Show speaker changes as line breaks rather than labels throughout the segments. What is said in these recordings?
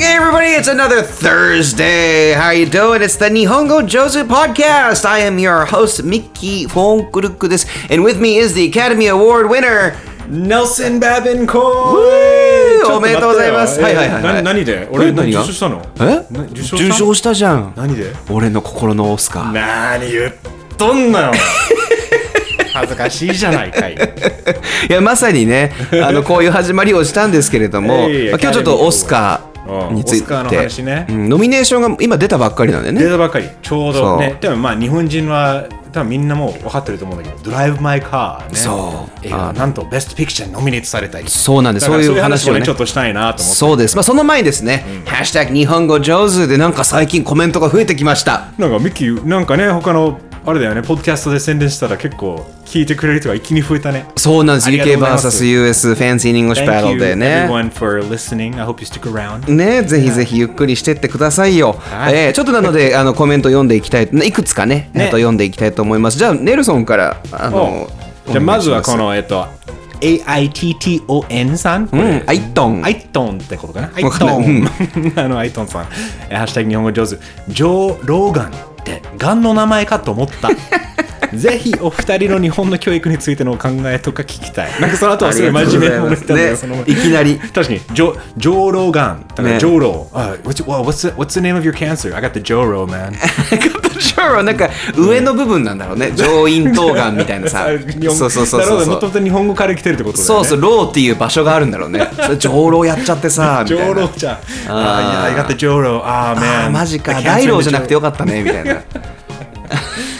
everybody! It's another Thursday. How you doing? It's the Nihongo Josu podcast. I am your host Mickey von Kuruk this, and with me is the Academy Award winner.
ネルソン・バビンコ
ーおめでとうございますはいはいはいはい
何で
え
俺
何
何
が
受賞したの
え
な受賞
受
した
賞したじゃん。
何で
俺の心のオスカー。
何言っと んなよ恥ずかしいじゃないかい
いやまさに ねあのこういう始まりをしたんですけれども、
いえいえ
まあ今日ちょっとオスカ
う
ー
ん
につい
オスカーの話
て、
ね
うんノミネーションが今出たばっかりなんで
デ
ね
ータばっかりちょう
そ
ど
う
ねでもまあ日本人は多分みんなもう分かってると思うんだけど「ドライブ・マイ・カーね」
そう
映画がなんとベストピクチャーにノミネートされたり
そうなんです
だから
そういう話を
を
ね
ねちょっとしたいなと思って
そうですまあその前にですね「ハッシュタグ日本語上手」でなんか最近コメントが増えてきました
なんかミッキーなんかね他のあれだよねポッドキャストで宣伝したら結構聞いてくれる人が一気に増えたね
そうなんです
ありがとうございます
UKVSUS フェンシー・イング s シュ・バトル
Thank you
でね
everyone for listening. I hope you stick around.
ねぜひぜひゆっくりしてってくださいよ、
はい
えーちょっとなの であのコメント読んでいきたいいくつかねえ
ね
っと読んでいきたいと思いますじゃあネルソンからあの
じゃあまずはこ
の
の、えっと、AITTON さん。こ
う
れ
んアイトン
アイトンってことかなアイ
わかんない
トン。 あの、アイトンさん。えハッシュタグ日本語上手。ジョー・ローガンって、ガンの名前かと思った。ぜひお二人の日本の教育についてのお考えとか聞きたい。なんかその後はすごい真面目なもの言ったんだよ、その
ね、いきなり
確かに、ジョジョーローガン。だか
ね
らジョーロー。あ what's, what's, the- what's the name of your cancer? I got the ジョーロー man.
カプチョ ロなんか上の部分なんだろうね上咽頭がんみたいな さそうそうそう
なる
そ
ほ
う
ど、
そ
もと
う
もと日本語から来てるってことだよね。
そうそうローっていう場所があるんだろうねそれ上老やっちゃってさみたい
上
な
郎じゃん。ああ、いや、I got the 上郎。ああ、
ああ
man。
マジか大老じゃなくてよかったねみたいな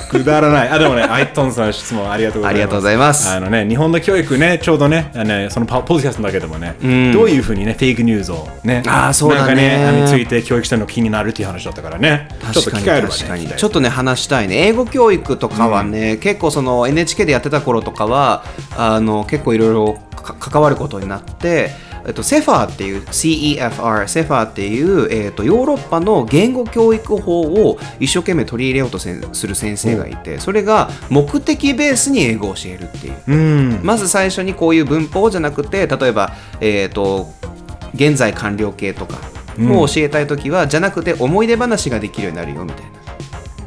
くだらない。あ、でもね、アイトンさん質問ありがとうございます。
ありがとうございます
あのね、日本の教育ね、ちょうどね、あのねそのパポッドキャストだけでもね、どういうふうにね、フェイクニュースをね、
あーそうだね
なんかね、あのについて教育したの気になるっていう話だったからね、ちょっと機会あればね、聞きたい
ちょっとね話したいね英語教育とかはね、結構その NHK でやってた頃とかはあの結構いろいろか関わることになってえっと、セファーっていう CEFR セファーっていう、えっと、ヨーロッパの言語教育法を一生懸命取り入れようとせんする先生がいてそれが目的ベースに英語を教えるっていう
うん。
まず最初にこういう文法じゃなくて例えば、えー、と現在完了形とかを教えたい時は、じゃなくて思い出話ができるようになるよみたい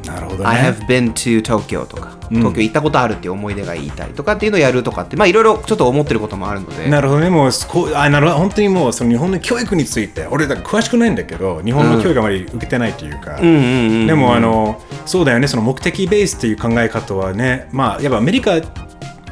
な。
なるほど
I
ね。
have been to Tokyo とか、東京行ったことあるっていう思い出が言いたいとかっていうのをやるとかって、まあいろいろちょっと思ってることもあるので、
なるほどね、もうこうあなるほど本当にもうその日本の教育について、俺、だから詳しくないんだけど、日本の教育あまり受けてないというか、でもあの、そうだよね、その目的ベースっていう考え方はね、まあ、やっぱアメリカ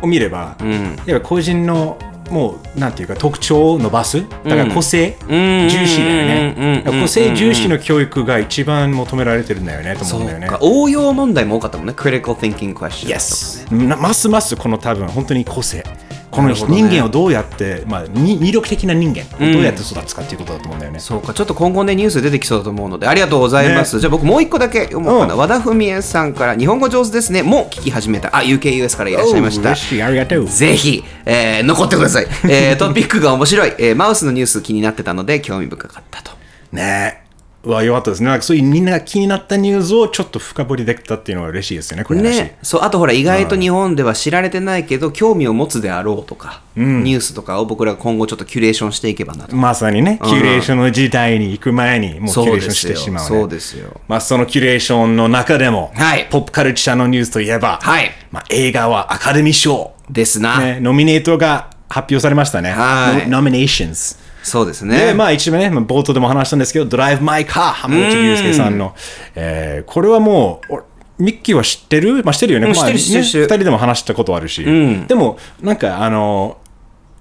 を見れば、やっぱ個人のもうなんていうか特徴を伸ばす、だから個性重視だよね、個性重視の教育が一番求められてるんだよねと思うんだよね
そう。か応用問題も多かったもんね、critical thinking question とか、ね。
なますますこの多分本当に個性こ
な
の
るほ
人
どね
間をどうやって、まあ、に魅力的な人間をどうやって育つかっていうことだと思うんだよね。
そうかちょっと今後ねニュース出てきそうだと思うのでありがとうございます、じゃあ僕もう一個だけ読もうかな、
うん
和田文江さんから「日本語上手ですね」もう聞き始めたあ UKUS からいらっしゃいまし
おう
た
嬉しいありがとう
ぜひ、えー残ってください、えー トピックが面白い、えーマウスのニュース気になってたので興味深かったと
ねえ。うわ、よかったですね。なんかそういうみんなが気になったニュースをちょっと深掘りできたっていうのは嬉しいですよね、これ話。
ね、そうあとほら意外と日本では知られてないけど興味を持つであろうとか、ニュースとかを僕ら今後ちょっとキュレーションしていけばなと
まさにね、キュレーションの時代に行く前に、もうキ
そう
ュレー
で
ションし
すよ
てしまう、ね
そうですよ
まあ、そのキュレーションの中でも、
はい
ポップカルチャーのニュースといえば、
はい
まあ、映画はアカデミー賞、
ですな、
ね、ノミネートが発表されましたね。
はい
ノミネーションズ。
そうですね
で、まあ一番ね、まあ冒頭でも話したんですけど、ドライブ・マイ・カー、浜口竜介さんの、えーこれはもう、おミッキーは知ってるまあ知ってるよね。
うん
まあ
知ってる知ってる
ね
知ってる
二人でも話したことあるし。でも、なんかあの、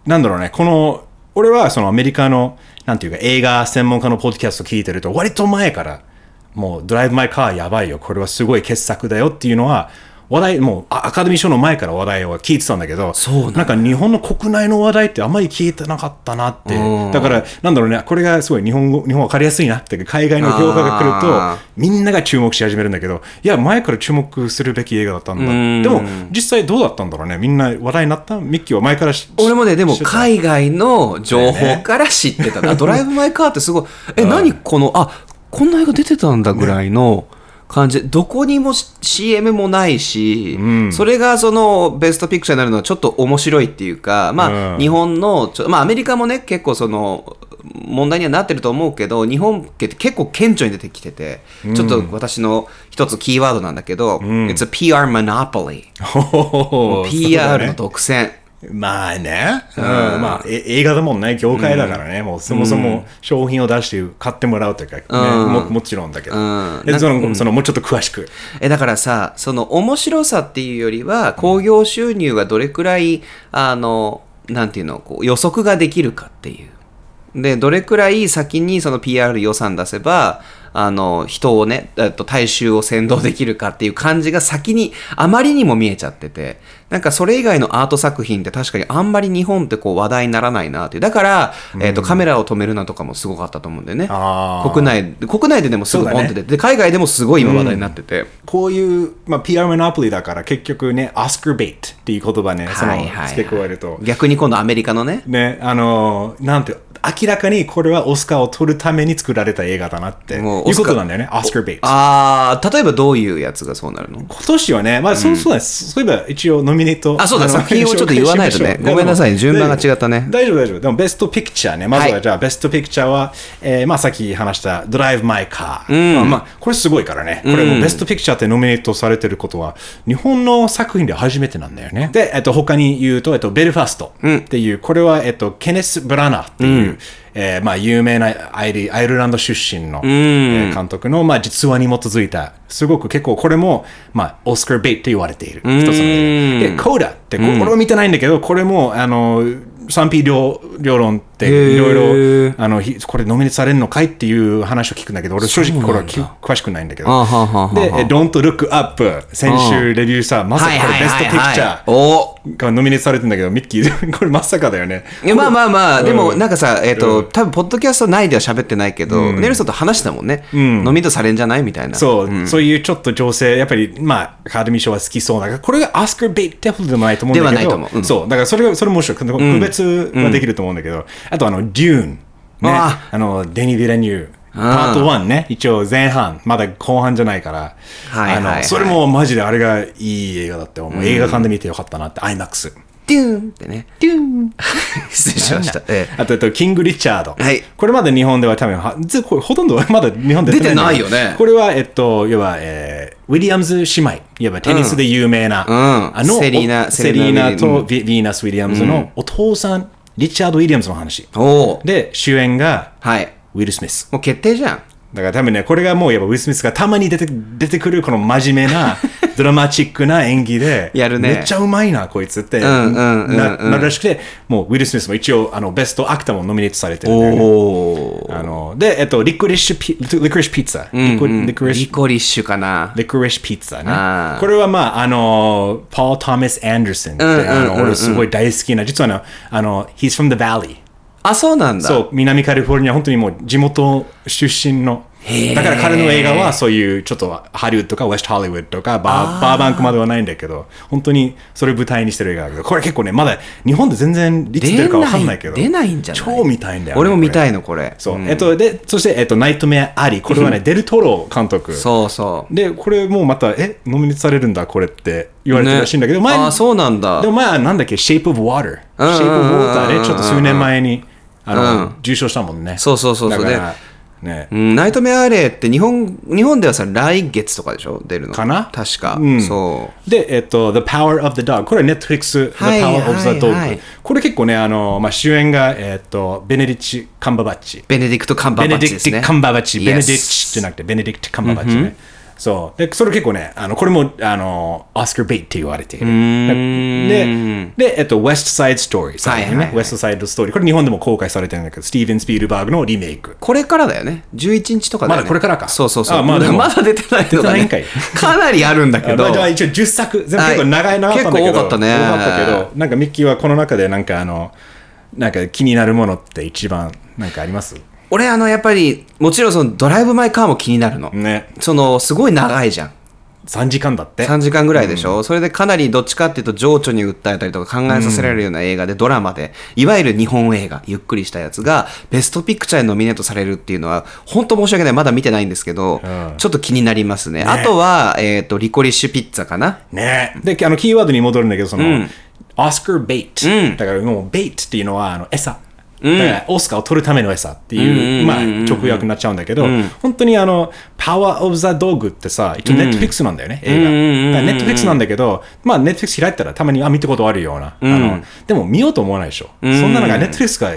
なんだろうね、この、俺はそのアメリカの、なんていうか映画専門家のポッドキャスト聞いてると、割と前から、もうドライブ・マイ・カーやばいよ、これはすごい傑作だよっていうのは、話題、もうあアカデミー賞の前から話題は聞いてたんだけど、
そうなんだ
なんか日本の国内の話題ってあんまり聞いてなかったなって、だから、なんだろうね、これがすごい日本語、日本分かりやすいなって、海外の評価が
あ
来
ー
ると、みんなが注目し始めるんだけど、いや、前から注目するべき映画だったんだ。でも、実際どうだったんだろうね、みんな話題になったミッキーは前からし
俺も ねでも
知ってた
海外の情報から知って たな、ドライブ・マイ・カーってすごいえ何このあこんな映画出てたんだぐらいの感じでどこにもし CM もないし、それがそのベストピクチャーになるのはちょっと面白いっていうかまあ、
うん
日本のちょまあアメリカもね結構その問題にはなってると思うけど日本って結構顕著に出てきてて、ちょっと私の一つキーワードなんだけど、It's a PR monopoly
ほほほほ
PR の
そうだね
独占
まあね、うんまあ、え映画だもんね、業界だからね、もうそもそも商品を出して買ってもらうというか、ねも、もちろんだけど、
うん
えそのそのもうちょっと詳しく、
えだからさその面白さっていうよりは興行収入がどれくらいあのなんていうのこう予測ができるかっていうでどれくらい先にその PR 予算出せばあの人をね、えっと、大衆を先導できるかっていう感じが先にあまりにも見えちゃっててなんかそれ以外のアート作品って確かにあんまり日本ってこう話題にならないなっていうだから、えっとカメラを止めるなとかもすごかったと思うんだよね
あー
国内国内ででもすぐポンって出て、で海外でもすごい今話題になってて。
こういう、まあ、PR モノポリだから、結局ね、オスカーベイトっていう言葉ね、その
はいはいはい
付け加えると、
逆に今度アメリカのね
ね、あのーなんて、明らかにこれはオスカーを取るために作られた映画だなって、いう
もう
こ
オスカー
となんだよね、オスカーベイト。
ああ例えばどういうやつがそうなるの
今年はね、まあ、そうそうなんです。そういえば、一応ノミネート。
あそうだ
の
作品をちょっと言わないとね
紹介しましょう
ごめんなさい順番が違ったね
大丈夫、大丈夫。でも、ベストピクチャーね。まず
は
はいじゃあ、ベストピクチャーは、えーまあ、さっき話した、ドライブ・マイ・カ
う
ー。
ん
まあ、これすごいからね。これもベストピクチャーってノミネートされてることは、日本の作品で初めてなんだよね。で、えっと、他に言うと、えっと、ベルファストっていう、これは、えっと、ケネス・ブラナーっていう、えーまあ、有名なアイリアイルランド出身の、えー監督の、まあ、実話に基づいた、すごく結構これも、まあ、オスカー・ベイトと言われている一つの映画で、コーダって、ここれを見てないんだけど、これも、あの、賛否両両論って、
へー
いろいろ、あの、ひこれノミネートされるのかいっていう話を聞くんだけど、俺正直これはき詳しくないんだけど。
あはははは
で、え Don't Look Up、先週レビューさ、まさかこれベストピクチャー
お
がノミネートされてんだけど、ミッキー、 これまさかだよね。
いやまあまあまあ、でもなんかさ、えっ、と、
う
多分ポッドキャスト内では喋ってないけど、ネルソンと話したもんね、飲みとされんじゃないみたいな。
そう、そういうちょっと情勢、やっぱり、まあ、アカデミー賞は好きそうな、これがアスカー・ベイトってほどでもないと思うんだけど、
ではないと思ううん
そう、だからそれが、それも面白い。区別はできると思うんだけど、あと、あの、デューン、ね、
あ
あの、デニー・デラニュー、パート1ね、一応前半、まだ後半じゃないから、
はいはいはい
あのそれもマジであれがいい映画だって思う。映画館で見てよかったなって、IMAX。
デューンってね。デューン 失礼しました。ええ
あと、あとキング・リチャード。
はい
これまで日本では多分は、ずこれほとんどまだ日本でやってんだけど
出てないよね
これは、えっと、要は、えーウィリアムズ姉妹、いわばテニスで有名な、
うん
あの、
セリーナ
お
セ
セ
リ
リ
ー
ー
ナ
ナとヴィヴィーナス・ウィリアムズのお父さん、リチャード・ウィリアムズの話。
おお
で、主演が、
はい。
ウィル・スミス。
もう決定じゃん。
だから多分ね、これがもう、やっぱウィル・スミスがたまに出て出てくる、この真面 目な、ドラマチックな演技で、
やるね
めっちゃうまいな、こいつって、
んうんうんうん
ななるらしくて、もうウィル・スミスも一応、あのベストアクターもノミネートされてるんだよね。
お
あの、で、えっと、リクリッシュピ、リクリッシュピッツァ。リクリクリッ
リ
シュ、
コリッシュかな。
リクリッシュピッツ
あ
ァ
ー
ね。これはまあ、あの、パール・トーマス・アンダーソンって、
んうん
あの、
うんうん
俺すごい大好きな、実はあの、あの、he's from the valley。
あ、そうなんだ。
そう、南カリフォルニア、本当にもう地元出身の。だから彼の映画はそういうちょっとハリウッドとかウェストハリウッドとかバーバーバンクまではないんだけど本当にそれを舞台にしてる映画だけどこれ結構ねまだ日本で全然いつ出るかわかんないけど
出ないんじゃない
超見たいんだよね
俺も見
これ
たいの、これ。
そう、えっと、で、そして、えっと、ナイトメアアリ、これはね、デルトロ監督。
そうそう。
で、これもうまた、え、ノミネートされるんだ、これって言われてるらしいんだけど、
ねあーそうなんだ
でも前はなんだっけ、シェイプ・オブ・ワーター。シ
うんうんうん
ェイプ・オブ・ワーターで、ちょっと数年前に、あの、
うん
重症したもんね。
そうそうそうそう
だから、ね
う。ん、ナイトメアアレーって日本日本ではさ来月とかでしょ出るの
かな
確か、
うん
そう
で、えっと、The Power of the Dog。これは Netflix、The
はいはい
Power of the
はい
Dog。これ結構ね、あの、まあ、主演が、えっと、ベネディッチ・カンババッチ。
ベネディクト・カンバ
ベ
ーバ
ネ
ッ
デ
チ
ィ
ですね
クト・カンバーバッチ、ベネディク
Yes
トじゃなくて、ベネディクト・カンバーバッチね。そう。で、それ結構ね、あの、これも、あの、オスカー・ベイトって言われている。で、で、えっと、ウエスト・サイド・ストーリー、最
はい
近
はい
ね
は。い
ウエスト・サイド・ストーリー。これ日本でも公開されてるんだけど、スティーヴン・スピルバーグのリメイク。
これからだよね11日とかだよね
まだこれからか
そうそうそう
あまあでも
まだ出てないのが、ね、
出てないんかい
かなりあるんだけ
あ
ど
まあじゃあ一応10作、全部結構長いな
はい結構多かったね
多かったけど、なんかミッキーはこの中で、なんかあの、なんか気になるものって一番、なんかあります
俺あのやっぱりもちろんそのドライブ・マイ・カーも気になるの、
ね。
そのすごい長いじゃん
3時間だって。
3時間ぐらいでしょ、それでかなりどっちかっていうと情緒に訴えたりとか考えさせられるような映画で、ドラマでいわゆる日本映画ゆっくりしたやつがベストピクチャーにノミネートされるっていうのは本当申し訳ないまだ見てないんですけど、
うん
ちょっと気になりますねあとは、えっとリコリッシュピッツァかな
ねで、あの、キーワードに戻るんだけど、その、
ん
オスカー・ベイト。
うん
だからもう、ベイトっていうのは、あの、餌。
うん
だからオスカーを取るための餌っていう、
うん
まあ、
うんうんうん
直訳になっちゃうんだけど、
うん
本当にあの、パワー・オブ・ザ・ドッグってさ、一応
うん
ネットフィックスなんだよね、
うんうんうんうん
映画。ネットフィックスなんだけど、まあ、ネットフィックス開いたらたまに、あ、見たことあるような。
ん
あのでも、見ようと思わないでしょ。
ん
そんなのが、ネットフィックスが、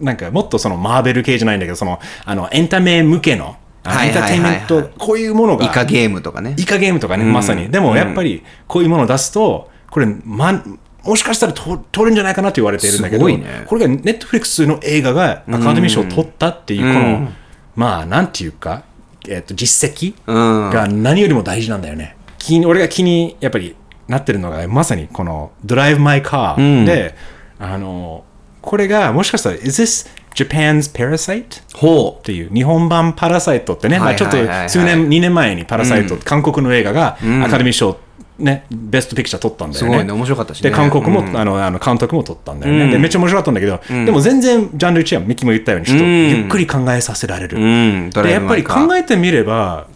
なんか、もっとその、マーベル系じゃないんだけど、その、あの、エンタメ向けの、あの
はい
エン
はい
タ
はいは
ーテ
い
インメント、こういうものが、
イカゲームとかね
イカゲームとかね、
ん
まさに。でもやっぱり、こういうものを出すと、これ、ま、もしかしたらと取るんじゃないかなと言われてるんだけ
す
ど、
ごいね
これがネットフリックスの映画がアカデミー賞を取ったっていう、この、まあ、なんていうか、えっと実績
うん
が何よりも大事なんだよね。気に俺が気にやっぱりなってるのが、まさにこの、ドライブ・マイ・カーで、あの、これがもしかしたら、Is this Japan's Parasite?
ほ
っていう日本版「パラサイト」ってね、ま
はいは
あ、
い
ちょっと
はいはい
数年2年前に「パラサイト」
うん
韓国の映画がアカデミー賞、ねベストピクチャー取ったんだよね。
すごいね面白かったしね
で韓国も、
うん
あのあの監督も取ったんだよね、
うん
でめっちゃ面白かったんだけど、でも全然ジャンル1はミキも言ったようにちょっと
うん
ゆっくり考えさせられる、
ううんド
で
ライ
や
ブ
っ
マ
ぱ
イ
り
カー
考えてみれば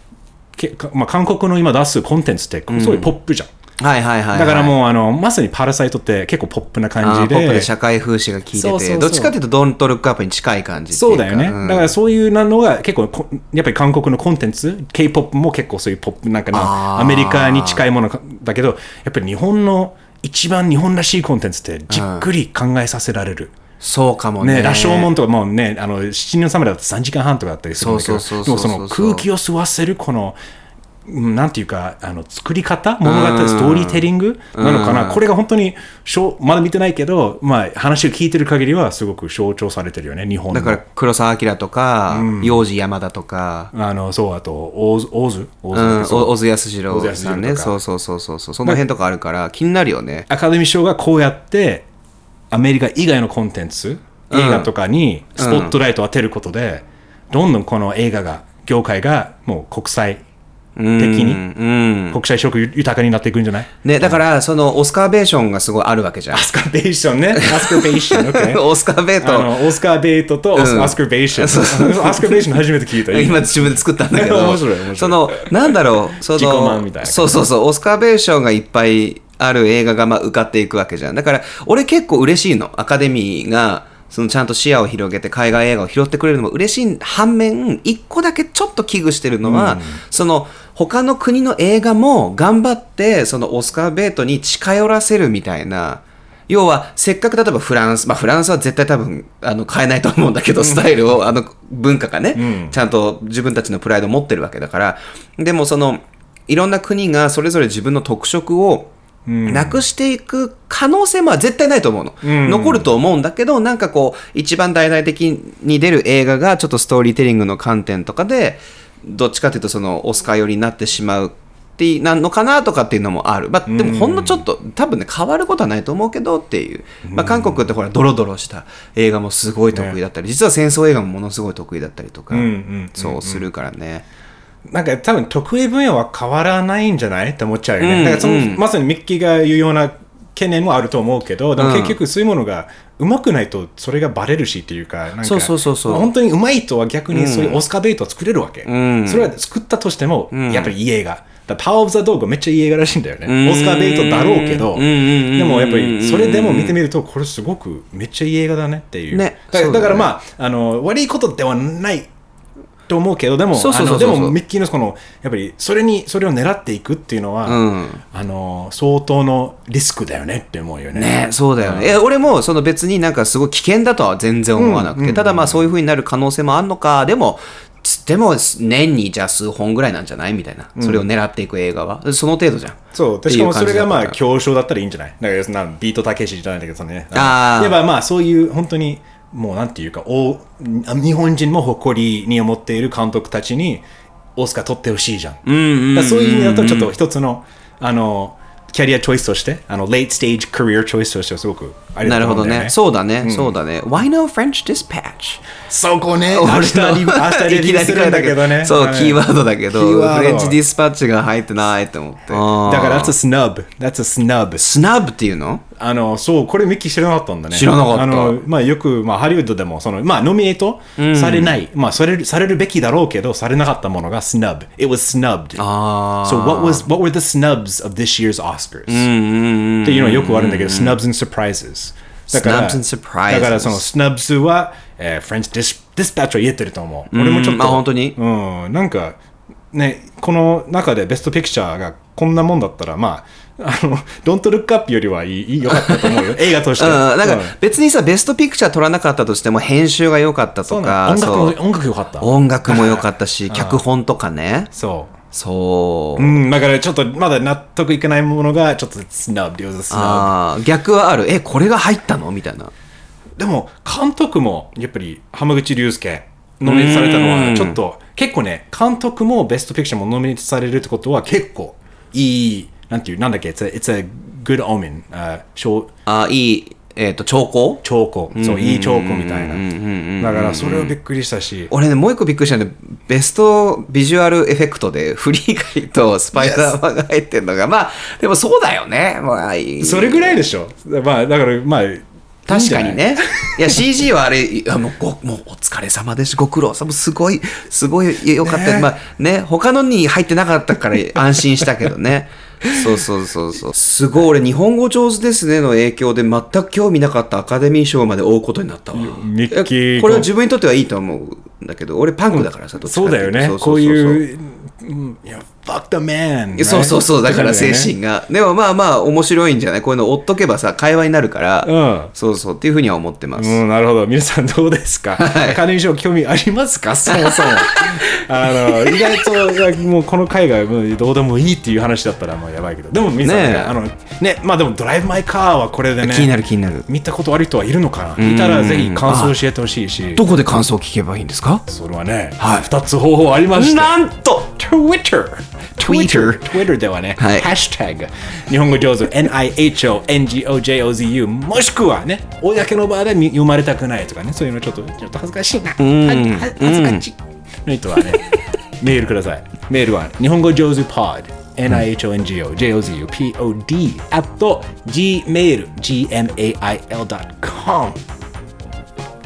けかまあ、韓国の今出すコンテンツってすごいポップじゃん、
はいはいはいはい
だからもうあのまさに「パラサイト」って結構ポップな
あ
感
ー
じ
ポップで社会風刺が効いてて
そうそうそう
どっちかというとドントルックアップに近い感じってい
そう
か
だよね、
ん
だからそういうのが結構こやっぱり韓国のコンテンツ k p o p も結構そういうポップなんか
あー
なアメリカに近いものかだけどやっぱり日本の一番日本らしいコンテンツってじっくり考えさせられる、
そうかもね
ね羅生門とかもうねあの七人の侍だと3時間半とかだったりするんだけど
そうそう
で
そう
も
そう
そ
そう
の空気を吸わせるこのうんなんていうかあの作り方物語ストーリーテリングなのかな、これが本当にしょまだ見てないけど、まあ、話を聞いてる限りはすごく象徴されてるよね日本
だ
の
から黒澤明とか、幼児山田とか、
あの、そう、あと、大津、大津大
う
津
ん、
そう
お小津安二郎さんね
小津安二郎とか
そうそうそうそうそうその辺とかあるから気になるよね
アカデミー賞がこうやって、アメリカ以外のコンテンツ、
うん
映画とかにスポットライトを当てることで、どんどんこの映画が、業界がもう国際的に、
うん
国際色豊かになっていくんじゃない
ねだからそのオスカーベーションがすごいあるわけじゃん
アスカーベーションね。アスカーベーション、OK
オスカーベー
あ
ト
のオスカーベートとオス
うん
アスカーベーショ ン。
そうそうそう
アスカーベーション初めて聞いた。い い
今自分で作ったんだけど
面白い面白い
そのなんだろ うその
自己満みたいな
そうそうそうオスカーベーションがいっぱいある映画がまあ受かっていくわけじゃんだから俺結構嬉しいのアカデミーがそのちゃんと視野を広げて海外映画を拾ってくれるのも嬉しい反面一個だけちょっと危惧してるのは、その他の国の映画も頑張ってそのオスカー・ベートに近寄らせるみたいな要はせっかく例えばフランス、まあ、フランスは絶対多分あの変えないと思うんだけどスタイルをあの文化がね、
うん
ちゃんと自分たちのプライドを持ってるわけだからでもそのいろんな国がそれぞれ自分の特色を
うん
なくしていく可能性も絶対ないと思うの、
うん
残ると思うんだけどなんかこう一番大々的に出る映画がちょっとストーリーテリングの観点とかでどっちかというとそのオスカー寄りになってしまうっていうなのかなとかっていうのもある、まあ、でもほんのちょっと多分ね変わることはないと思うけどっていう、まあ、韓国ってほらドロドロした映画もすごい得意だったり、実は戦争映画もものすごい得意だったりとか、
うんうんうん
そうするからね。
なんか多分得意分野は変わらないんじゃないって思っちゃうよね。
うん
だからその、
うん
まさにミッキーが言うような懸念もあると思うけど、でも結局そういうものがうまくないとそれがバレるしっていうか、なんか
そうそうそうそう
本当にうまい人は逆
うん
にそういうオスカーベイトを作れるわけ。
ん
それは作ったとしても、
ん
やっぱりいい映画。だからパワーオブザドーグめっちゃいい映画らしいんだよね。
うん
オスカーベイトだろうけど、
うんうんうんうん
でもやっぱりそれでも見てみると、これすごくめっちゃいい映画だねっていう。
ね
だ
そうだね
だからまああの、悪いことではないと思うけど、でも、
そうそうそう
あので
そうそう
もミッキーのこの、やっぱり、それに、それを狙っていくっていうのは、
うん
あの、相当のリスクだよねって思うよね。
ね、そうだよね。え俺もその別になんかすごい危険だとは全然思わなくて、ただまあそういう風になる可能性もあんのか、でも、つっても年にじゃあ数本ぐらいなんじゃないみたいな、それを狙っていく映画は、その程度じゃん。
そう、
って
でし
い
か
う
も
感
そ
じ
れ
だ
が
から
まあ、強調だったらいいんじゃないだからそんな、ビートたけしじゃないんだけどそのね。
あー
のやっぱまあ、そういう、本当に、もうなんていうか、お日本人も誇りに思っている監督たちに、オスカー取ってほしいじゃん。
うんうん
だからそういう意味だと、ちょっと一つの、あの、キャリアチョイスとして、あの、レイトステージキャリアチョイスとしてはすごくあり
な
だ
る
と
ほ
思
ど
うんだよ
ね。そうだね、そうだね。Why no French Dispatch?
そこね、
俺
明
の
日 リ明日リリースするんだけどね。
そう、
はい
キーワードだけど、
キー
フ
ワード
レンチディスパッチが入ってないって思って。だ
だから、
ら、
that's a snub. That's a snub.
スナブっていうの
あの、そう、これミッキー知らなかったんだね。
知らなかった
あの、まあよく、まあハリウッドでも、その、まあノミネートされない、まあされる、されるべきだろうけど、されなかったものが snub. It was snubbed.
あー
So what was, what were the snubs of this year's Oscars?
うんうんうん
っていうのはよくあるんだけど、snubs and surprises。だから
Snubs and surprises
だからそのスナブスは、えー、フレンチディスディスパッチを言えてると思う。俺もちょっと、
あ本当に
うん、なんか、ね、この中でベストピクチャーがこんなもんだったら、まあ、あの、Don't Look Up よりはいいいいよかったと思う よ、映画として。
うん、なん
う
か別にさ、ベストピクチャー撮らなかったとしても、編集が良かった
そう
と
な
か、
の
そう
音楽も音楽良かった。
音楽も良かったし、脚本とかね。
そう。
そう。
うん、だからちょっとまだ納得いかないものがちょっとスナブでスナ
あー逆はある。え、これが入ったのみたいな。
ブでも監督もやっぱり浜口竜介ノミネートされたの
う
は
ん
ちょっと結構ね監督もベストピクチャーもノミネートされるってことは結構いいなんていうなんだっけ It's a, it's a good omen、uh, 小
あーいい、えっ、と、兆候
兆候そういい兆候みたいなだからそれはびっくりしたし
俺ね、もう一個びっくりしたので、ベストビジュアルエフェクトで、フリーガイとスパイダーマンが入ってるのが、まあ、でもそうだよね。まあ、いい
それぐらいでしょまあだからまあ
確かに
いいんじゃない
ね。いや、CG はあれ、いやもうご、もうお疲れ様です。ご苦労さん。すごい、すごいよかった。
ね
まあね、他のに入ってなかったから安心したけどね。そうそうそうそう。すごい、俺、日本語上手ですねの影響で全く興味なかったアカデミー賞まで追うことになったわ。
ミッキー
えこれは自分にとってはいいと思うんだけど、俺パンクだからさ、どっちかっ
そう
て
だ
い
よ
うと
ね
そ。そ
こ
うそそ
いう、うんいや、fuck the man!
いやそうそうそう、だから精。
ね
神が。でもまあまあ、面白いんじゃないこういうの追っとけばさ、会話になるから、
うん
そうそう、っていうふうには思ってます。
うん、なるほど。皆さんどうですか、
はい
アカデミー賞興味ありますかそもそも。 あの、意外といや、もうこの回がもうどうでもいいっていう話だったらもうやばいけど。でも皆さんね、
ねえ
あの、ね、まあでもドライブマイカーはこれでね、
気になる気になる。
見たことある人はいるのかないたらぜひ感想教えてほしいし。
どこで感想を聞けばいいんですか
それはね、
はい
2つ方法ありまして
なん
と Twitter!
Twitter
Twitter ではね、
はい
ハッシュタグ日本語上手 NIHONGOJOZU もしくはね、公の場で見読まれたくないとかね、そういうのちょっとちょっと恥ずかしいな。はは恥ずかしい。の人は ね、メールください。メールは日本語上手 pod NIHONGOJOZUPOD at gmail gmail.com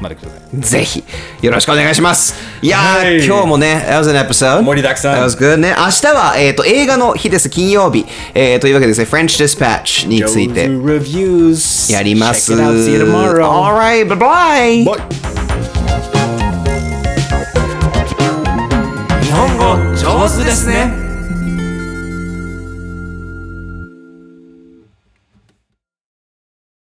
までください。
ぜひ、よろしくお願いします。いやー、
はい
今日もね、That was an episode.
盛りだくさん
That was good ね。明日は、えっ、と、映画の日です。金曜日。えー、というわけでですね、French Dispatch について
Joe's Reviews.
やります。
Check it out. See you tomorrow.
Alright, bye bye!
Bye. 日本語上手ですね。